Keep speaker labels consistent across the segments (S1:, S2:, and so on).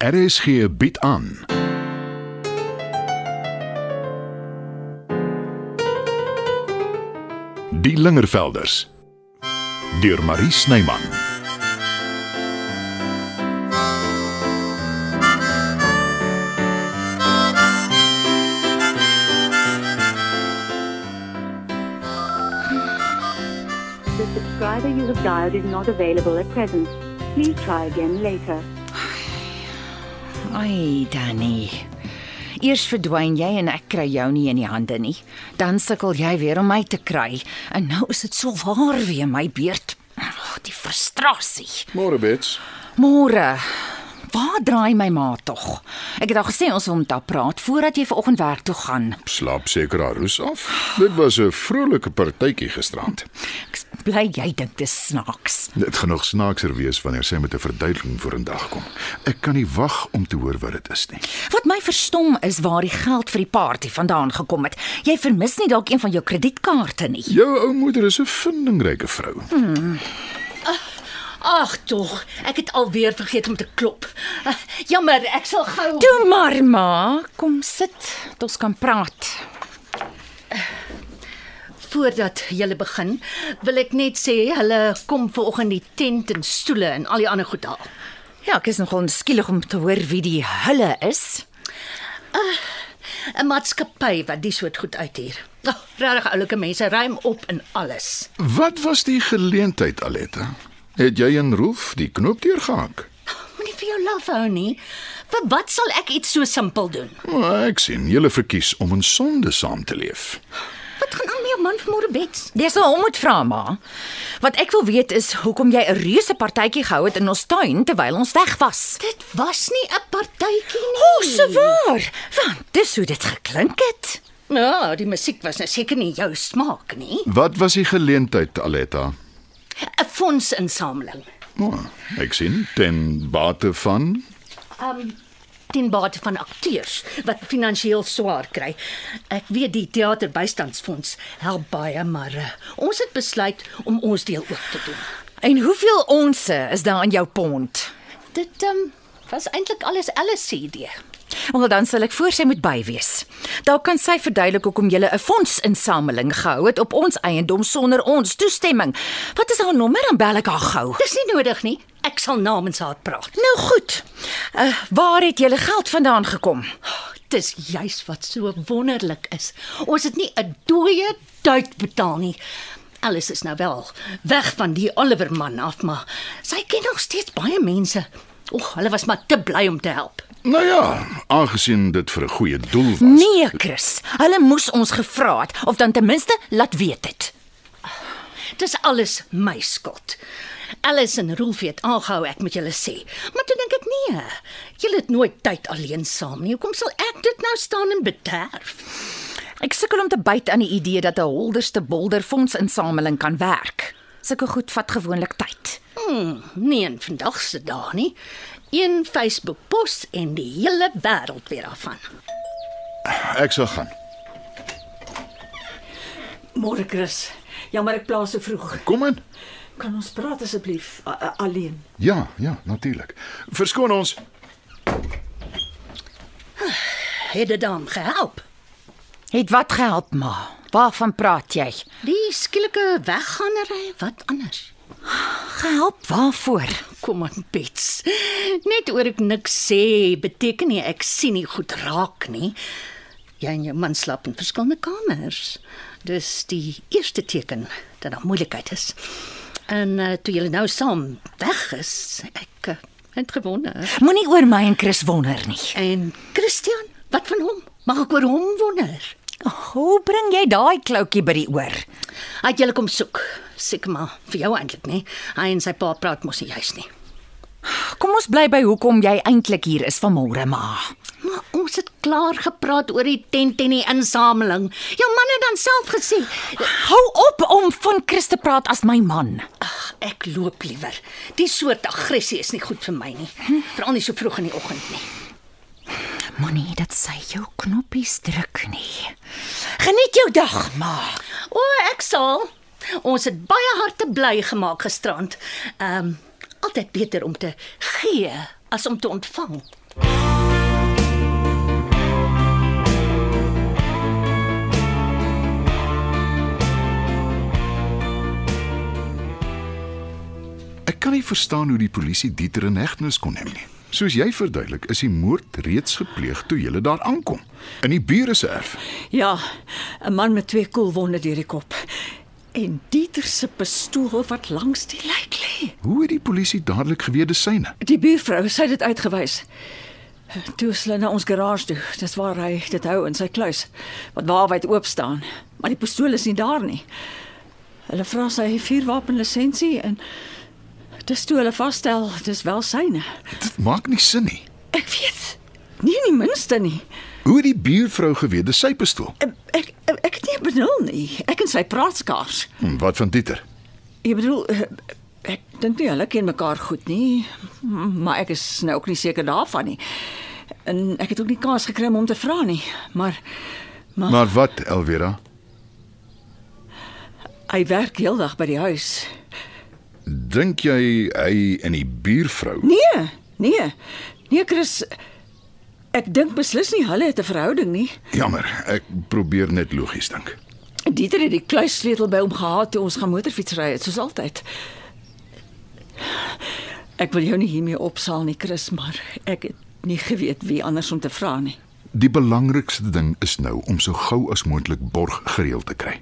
S1: RSG bied aan. Die Lingervelders deur Marie Snyman.
S2: The subscriber you have dialed is not available at present. Please try again later.
S3: Ai, Danny. Eers verdwyn jy en ek kry jou nie in die hande nie. Dan sukkel jy weer om my te kry. En nou is dit so waar weer my beurt. Ag, die frustrasie.
S4: Môre Bets.
S3: Môre. Waar draai my ma tog? Ek het al gesê ons wil met haar praat voordat jy vanoggend werk toe gaan.
S4: Slaap seker haar roes af. Dit was 'n vrolike partytjie gisterand.
S3: Ek is bly jy dink dis snaaks.
S4: Dit gaan nog snaakser wees wanneer sy met 'n verduideliking voor in dag kom. Ek kan nie wag om te hoor wat dit is nie.
S3: Wat my verstom is waar die geld vir die party vandaan gekom het. Jy vermis nie dalk een van jou kredietkaarte nie.
S4: Jou ou moeder is 'n vindingryke vrou.
S5: Ag tog, ek het alweer vergeet om te klop. Uh, jammer, ek sal gou.
S3: Toe maar ma, kom sit, dat ons kan praat.
S5: Voordat julle begin, wil ek net sê hulle kom vanoggend die tent en stoele en al die ander goed haal.
S3: Ja, ek is nogal nuuskierig om te hoor wie die hulle is.
S5: 'n Maatskappy wat die soort goed uithuur. Oh, Regtig oulike mense, ruim op in alles.
S4: Wat was die geleentheid, Aletta? Het jy en Rolf die knoop deurgehak?
S5: Moenie vir jou laf hou nie. Vir wat sal ek iets so simpel doen?
S4: Maar ek sien julle verkies om in sonde saam te leef.
S5: Wat gaan aan met jou man vanmôre bed?
S3: Dis nou om moet vra ma. Wat ek wil weet is hoekom jy 'n reuse partytjie gehou het in ons tuin terwyl ons weg was.
S5: Dit was nie 'n partytjie nie.
S3: O, se waar. Want dis hoe dit geklink het.
S5: Ja, die musiek was nou seker nie jou smaak nie.
S4: Wat was die geleentheid, Aletta?
S5: 'n Fondsinsameling.
S4: Oh, ek sien ten bate van
S5: um ten bate van akteurs wat finansiëel swaar kry. Ek weet die teaterbystandsfonds help baie, maar eh, ons het besluit om ons deel ook te doen.
S3: En hoeveel onsse is daar in jou pond?
S5: Dit um was eintlik alles LCD.
S3: Wel dan sal ek voor sy moet by wees. Daar kan sy verduidelik hoekom jy 'n fondsinsameling gehou het op ons eiendom sonder ons toestemming. Wat is haar nommer en bel ek haar gou?
S5: Dis nie nodig nie. Ek sal namens haar praat.
S3: Nou goed. Uh, waar het julle geld vandaan gekom?
S5: Oh, Dis juis wat so wonderlik is. Ons het nie 'n dooie duit betaal nie. Alles is nou wel weg van die Oliver man af, maar sy ken nog steeds baie mense. Oeg, hulle was maar te bly om te help.
S4: Nou ja, aangesien dit vir 'n goeie doel was.
S3: Nee, Chris. Hulle moes ons gevra het of dan ten minste laat weet het.
S5: Dis alles my skuld. Alice en Rolf het aangehou ek moet julle sê. Maar toe dink ek nee. Julle het nooit tyd alleen saam nie. Hoekom sal ek dit nou staan en bederf?
S3: Ek sukkel om te byt aan die idee dat 'n holderste bolder fondsinsameling kan werk. Sulke goed vat gewoonlik tyd.
S5: Hmm, nee, en vandag se dag nie. Een Facebook pos en die hele wêreld weer daarvan.
S4: Ek sal gaan.
S6: Môre Chris. Jammer ek plaas so vroeg.
S4: Kom in.
S6: Kan ons praat asseblief a- a- alleen?
S4: Ja, ja, natuurlik. Verskoon ons.
S5: Het dit dan gehelp?
S3: Het wat gehelp, ma? Waarvan praat jy?
S5: Die skielike weggaanery, wat anders?
S3: Gehelp waarvoor?
S5: Kom aan, Bets. Net oor ek niks sê, beteken nie ek sien nie goed raak nie. Jy en jou man slaap in verskillende kamers. Dis die eerste teken dat daar moeilikheid is. En uh, toe julle nou saam weg is, ek uh, het gewonder.
S3: Moenie oor my en Chris wonder nie.
S5: En Christian, wat van hom? Mag ek oor hom wonder?
S3: Ag, Hoe bring jy daai kloutjie by die oor?
S5: Hy het julle kom soek. Seker maar vir jou eintlik, nê? Hy en sy pa praat mos nie juis nie.
S3: Kom ons bly by hoekom jy eintlik hier is vanmôre, ma.
S5: Maar ons het klaar gepraat oor die tent en die insameling. Jou man het dan self gesê,
S3: Hou op om van Chris te praat as my man.
S5: "Ag, ek loop liewer. Die soort aggressie is nie goed vir my nie, veral nie so vroeg in die oggend nie."
S3: Moenie dat sy jou knoppies druk nie. Geniet jou dag, ma.
S5: O, ek sal. Ons het baie harte bly gemaak gisterand. Ehm, um, altyd beter om te gee as om te ontvang.
S4: Ek kan nie verstaan hoe die polisie Dieter in hegtenis kon neem nie. Soos jy verduidelik, is die moord reeds gepleeg toe jy daar aankom in die bure se erf.
S5: Ja, 'n man met twee koelwonde deur die kop en Dieter se pistool wat langs die lijk lê.
S4: Hoe het die polisie dadelik geweet dis syne?
S5: Die buurvrou sê dit uitgewys. Toe is hulle na ons garage toe. Dis waar hy dit hou in sy kluis wat waarwyd oop staan. Maar die pistool is nie daar nie. Hulle vra sy vuurwapenlisensie en dis toe hulle vasstel dis wel syne.
S4: Dit maak nie sin nie.
S5: Ek weet. Nie in die minste nie.
S4: Hoe het die buurvrou geweet dis sy pistool?
S5: Ek ek, ek het nie benul nie. Ek en sy praat skaars.
S4: Hm, Wat van Dieter?
S5: Jy bedoel eh, ek dink nie hulle ken mekaar goed nie, m- maar ek is nou ook nie seker daarvan nie. En ek het ook nie kans gekry om hom te vra nie, maar maar, maar
S4: Maar wat, Elvira?
S5: hy werk heeldag by die huis.
S4: Dink jy hy en die buurvrou?
S5: Nee, nee. Nee, Chris, ek dink beslis nie hulle het 'n verhouding nie.
S4: Jammer, ek probeer net logies dink.
S5: Dieter het die kluissleutel by hom gehad toe ons gaan motorfiets ry het, soos altyd. Ek wil jou nie hiermee opsaal nie, Chris, maar ek het nie geweet wie anders om te vra nie.
S4: Die belangrikste ding is nou om so gou as moontlik borg gereël te kry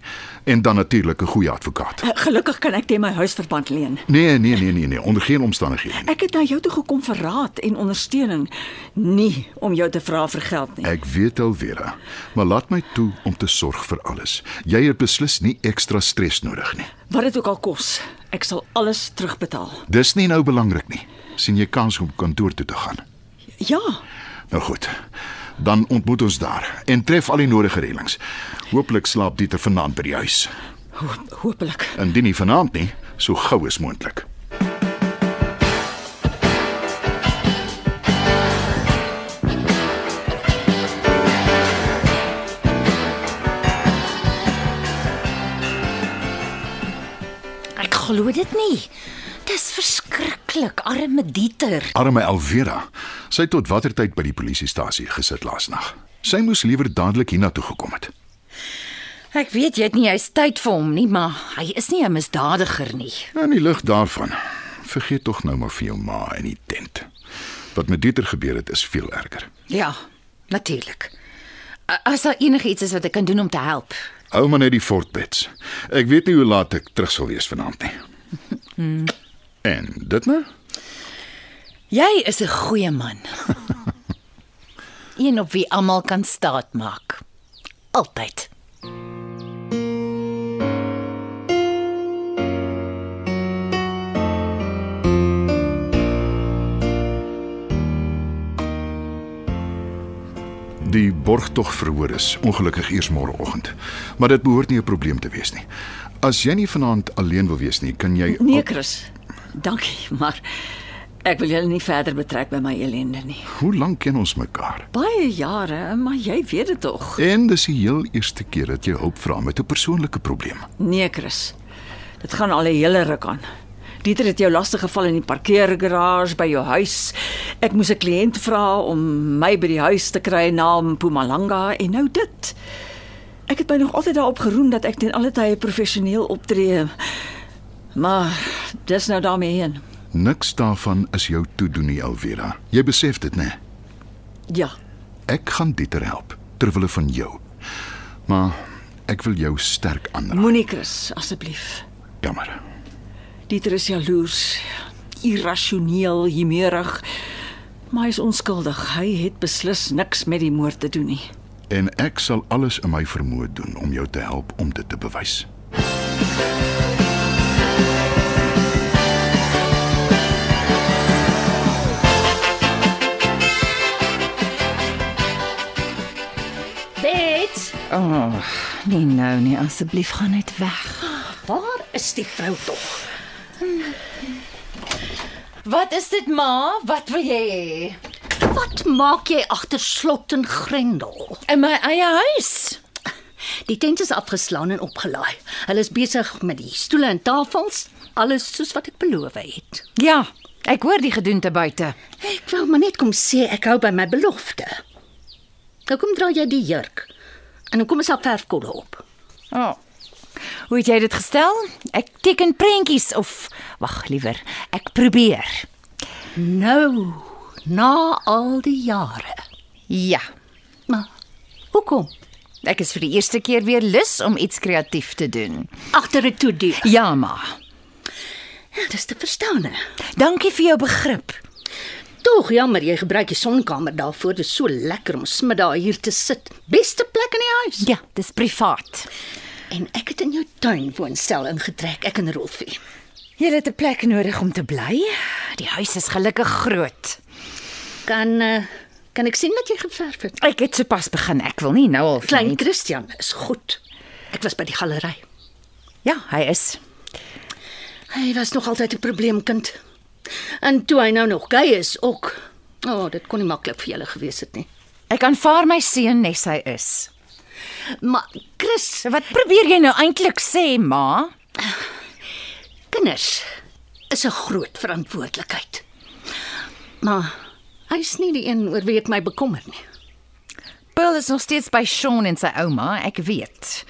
S4: en dan natuurlik 'n goeie advokaat.
S5: Eh, Gelukkig kan ek teen my huisverband leen.
S4: Nee, nee, nee, nee, nee, onder geen omstandighede nie.
S5: Ek het na jou toe gekom vir raad en ondersteuning, nie om jou te vra vir geld nie.
S4: Ek weet al Vera, maar laat my toe om te sorg vir alles. Jy het beslis nie ekstra stres nodig nie.
S5: Wat dit ook al kos, ek sal alles terugbetaal.
S4: Dis nie nou belangrik nie. sien jy kans om kantoor toe te gaan?
S5: Ja,
S4: Nou goed. Dan ontmoet ons daar en tref al die nodige reëlings. Hooplik slaap Dieter vanaand by die huis.
S5: hoop, hopelik.
S4: Indien nie vanaand nie, so gou as moontlik.
S3: Ek glo dit nie. Dis verskriklik, arme Dieter.
S4: Arme Elvira. Sy het tot watter tyd by die polisiestasie gesit laasnag. Sy moes liewer dadelik hiernatoe gekom het.
S3: Ek weet jy het nie hy's tyd vir hom nie, maar hy is nie 'n misdadiger nie.
S4: In die lig daarvan, vergeet tog nou maar vir jou ma en die tent. Wat met Dieter gebeur het, is veel erger.
S3: Ja, natuurlik. A- As daar enigiets is wat ek kan doen om te help.
S4: Hou maar net die fortbeds. Ek weet nie hoe laat ek terug sal wees vanaand nie.
S5: Hmm.
S4: En dit nou?
S3: Jy is 'n goeie man. Een op wie almal kan staatmaak. Altyd.
S4: Die borgtog verhoor is ongelukkig eers môreoggend. Maar dit behoort nie 'n probleem te wees nie. As jy nie vanaand alleen wil wees nie, kan jy
S5: Nee, Chris. Dankie, maar ek wil julle nie verder betrek by my ellende nie.
S4: Hoe lank ken ons mekaar?
S5: Baie jare, maar jy weet dit tog.
S4: En dis die heel eerste keer dat jy hulp vra met 'n persoonlike probleem.
S5: Nee, Chris. Dit gaan al 'n hele ruk aan. Dieter het jou lastig geval in die parkeergarage by jou huis. Ek moes 'n kliënt vra om my by die huis te kry na Mpumalanga en nou dit. Ek het my nog altyd daarop geroem dat ek ten alle tye professioneel optree. Maar dis nou daarmee heen.
S4: Niks daarvan is jou toedoen nie, Elvira. Jy besef dit, né?
S5: Ja,
S4: Ek gaan Dieter help ter wille van jou. Maar ek wil jou sterk aanraak.
S5: moenie Chris asseblief.
S4: Jammer.
S5: Dieter is jaloers, irrasioneel, humeurig, maar hy is onskuldig. Hy het beslis niks met die moord te doen nie.
S4: En ek sal alles in my vermoë doen om jou te help om dit te bewys.
S7: Bet,
S3: Oh, nee nou nie, asseblief gaan net weg.
S7: waar is die vrou tog?
S3: Wat is dit, ma? Wat wil jy hê?
S7: Wat maak jy agter slot en grendel?
S3: In my eie huis.
S7: Die tent is afgeslaan en opgelaai. Hulle is besig met die stoele en tafels, alles soos wat ek beloof het.
S3: Ja, Ek hoor die gedoente buite.
S5: Ek wou maar net kom sê ek hou by my belofte. Nou kom dra jy die jurk.
S7: nou
S5: En dan kom ons al verfkolle op.
S3: Oh. Hoe het jy dit gestel? Ek teken prentjies of wag, liewer, ek probeer.
S5: Nou, na al die jare.
S3: Ja,
S5: Maar hoekom?
S3: ek is vir die eerste keer weer lus om iets kreatief te doen.
S5: Agter dit toe die.
S3: Ja, ma.
S5: Ja, dis te verstaan. hè.
S3: Dankie vir jou begrip.
S5: Tog jammer jy gebruik die sonkamer daarvoor. Dit is so lekker om smiddag hier te sit. Beste plek in die huis.
S3: Ja, dis privaat.
S5: En ek het in jou tuin woonstel ingetrek, ek en Rolfie.
S3: Jy het 'n plek nodig om te bly. Die huis is gelukkig groot.
S5: Kan eh, kan ek sien wat jy geverf het?
S3: Ek het sopas begin. Ek wil nie nou al
S5: Klein Christian is goed. Ek was by die galery.
S3: Ja, hy is.
S5: Hy was nog altyd 'n probleemkind. En toe hy nou nog gay is ook. O, oh, dit kon nie maklik vir julle gewees het nie.
S3: Ek aanvaar my seun nes hy is.
S5: Maar Chris,
S3: Wat probeer jy nou eintlik sê, ma?
S5: kinders is 'n groot verantwoordelikheid. Maar hy's nie die een oor wie ek my bekommer nie.
S3: Paul is nog steeds by Sean en sy ouma, ek weet.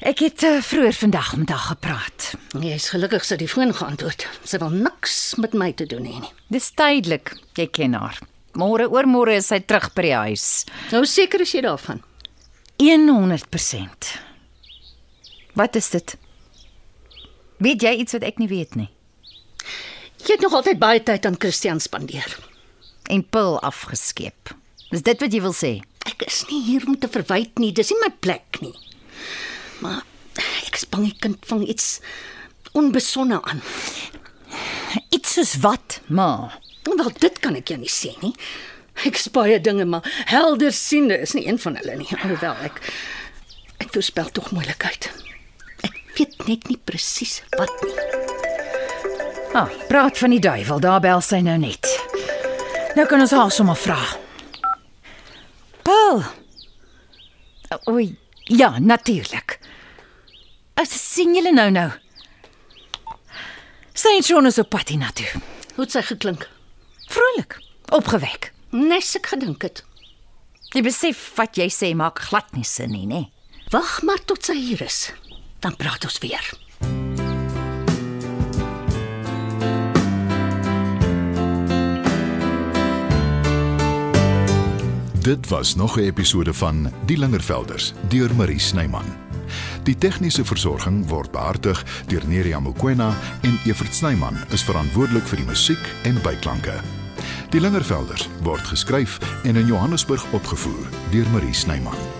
S3: Ek het uh, vroeër vandag met haar gepraat.
S5: Jy's gelukkig sy het die foon geantwoord. Sy wil niks met my te doen hê nie.
S3: Dis tydelik, jy ken haar. Môre oormôre is sy terug by die huis.
S5: Nou seker is jy daarvan.
S3: 100%. Wat is dit? Weet jy iets wat ek nie weet nie?
S5: Jy het nog altyd baie tyd aan Christian spandeer.
S3: En pil afgeskeep. Is dit wat jy wil sê?
S5: Ek is nie hier om te verwyd nie. Dis nie my plek nie. Maar ek is bang die kind vang iets onbesonne aan.
S3: Iets soos wat, ma?
S5: Wel, dit kan ek jou nie sê nie. Ek is baie dinge, maar helder siende is nie een van hulle nie. Alhoewel ek ek voorspel tog moeilikheid. Ek weet net nie presies wat nie.
S3: Ah, praat van die duiwel, daar bel sy nou net. Nou kan ons haar sommer vra. Paul. O, oei, ja, natuurlik. As sien julle nou nou. Sy en Sean is op pad hiernatoe.
S5: Hoe het sy geklink?
S3: Vrolik, opgewek.
S5: Nes ek gedink het.
S3: Jy besef wat jy sê maak glad nie sin nie, nee. nê?
S5: Wag maar tot sy hier is. Dan praat ons weer.
S1: Dit was nog 'n episode van Die Lingervelders deur Marie Snyman. Die tegniese versorging word behartig deur Neriya Mkwena en Evert Snyman is verantwoordelik vir die musiek en byklanke. Die Lingervelders word geskryf en in Johannesburg opgevoer deur Marie Snyman.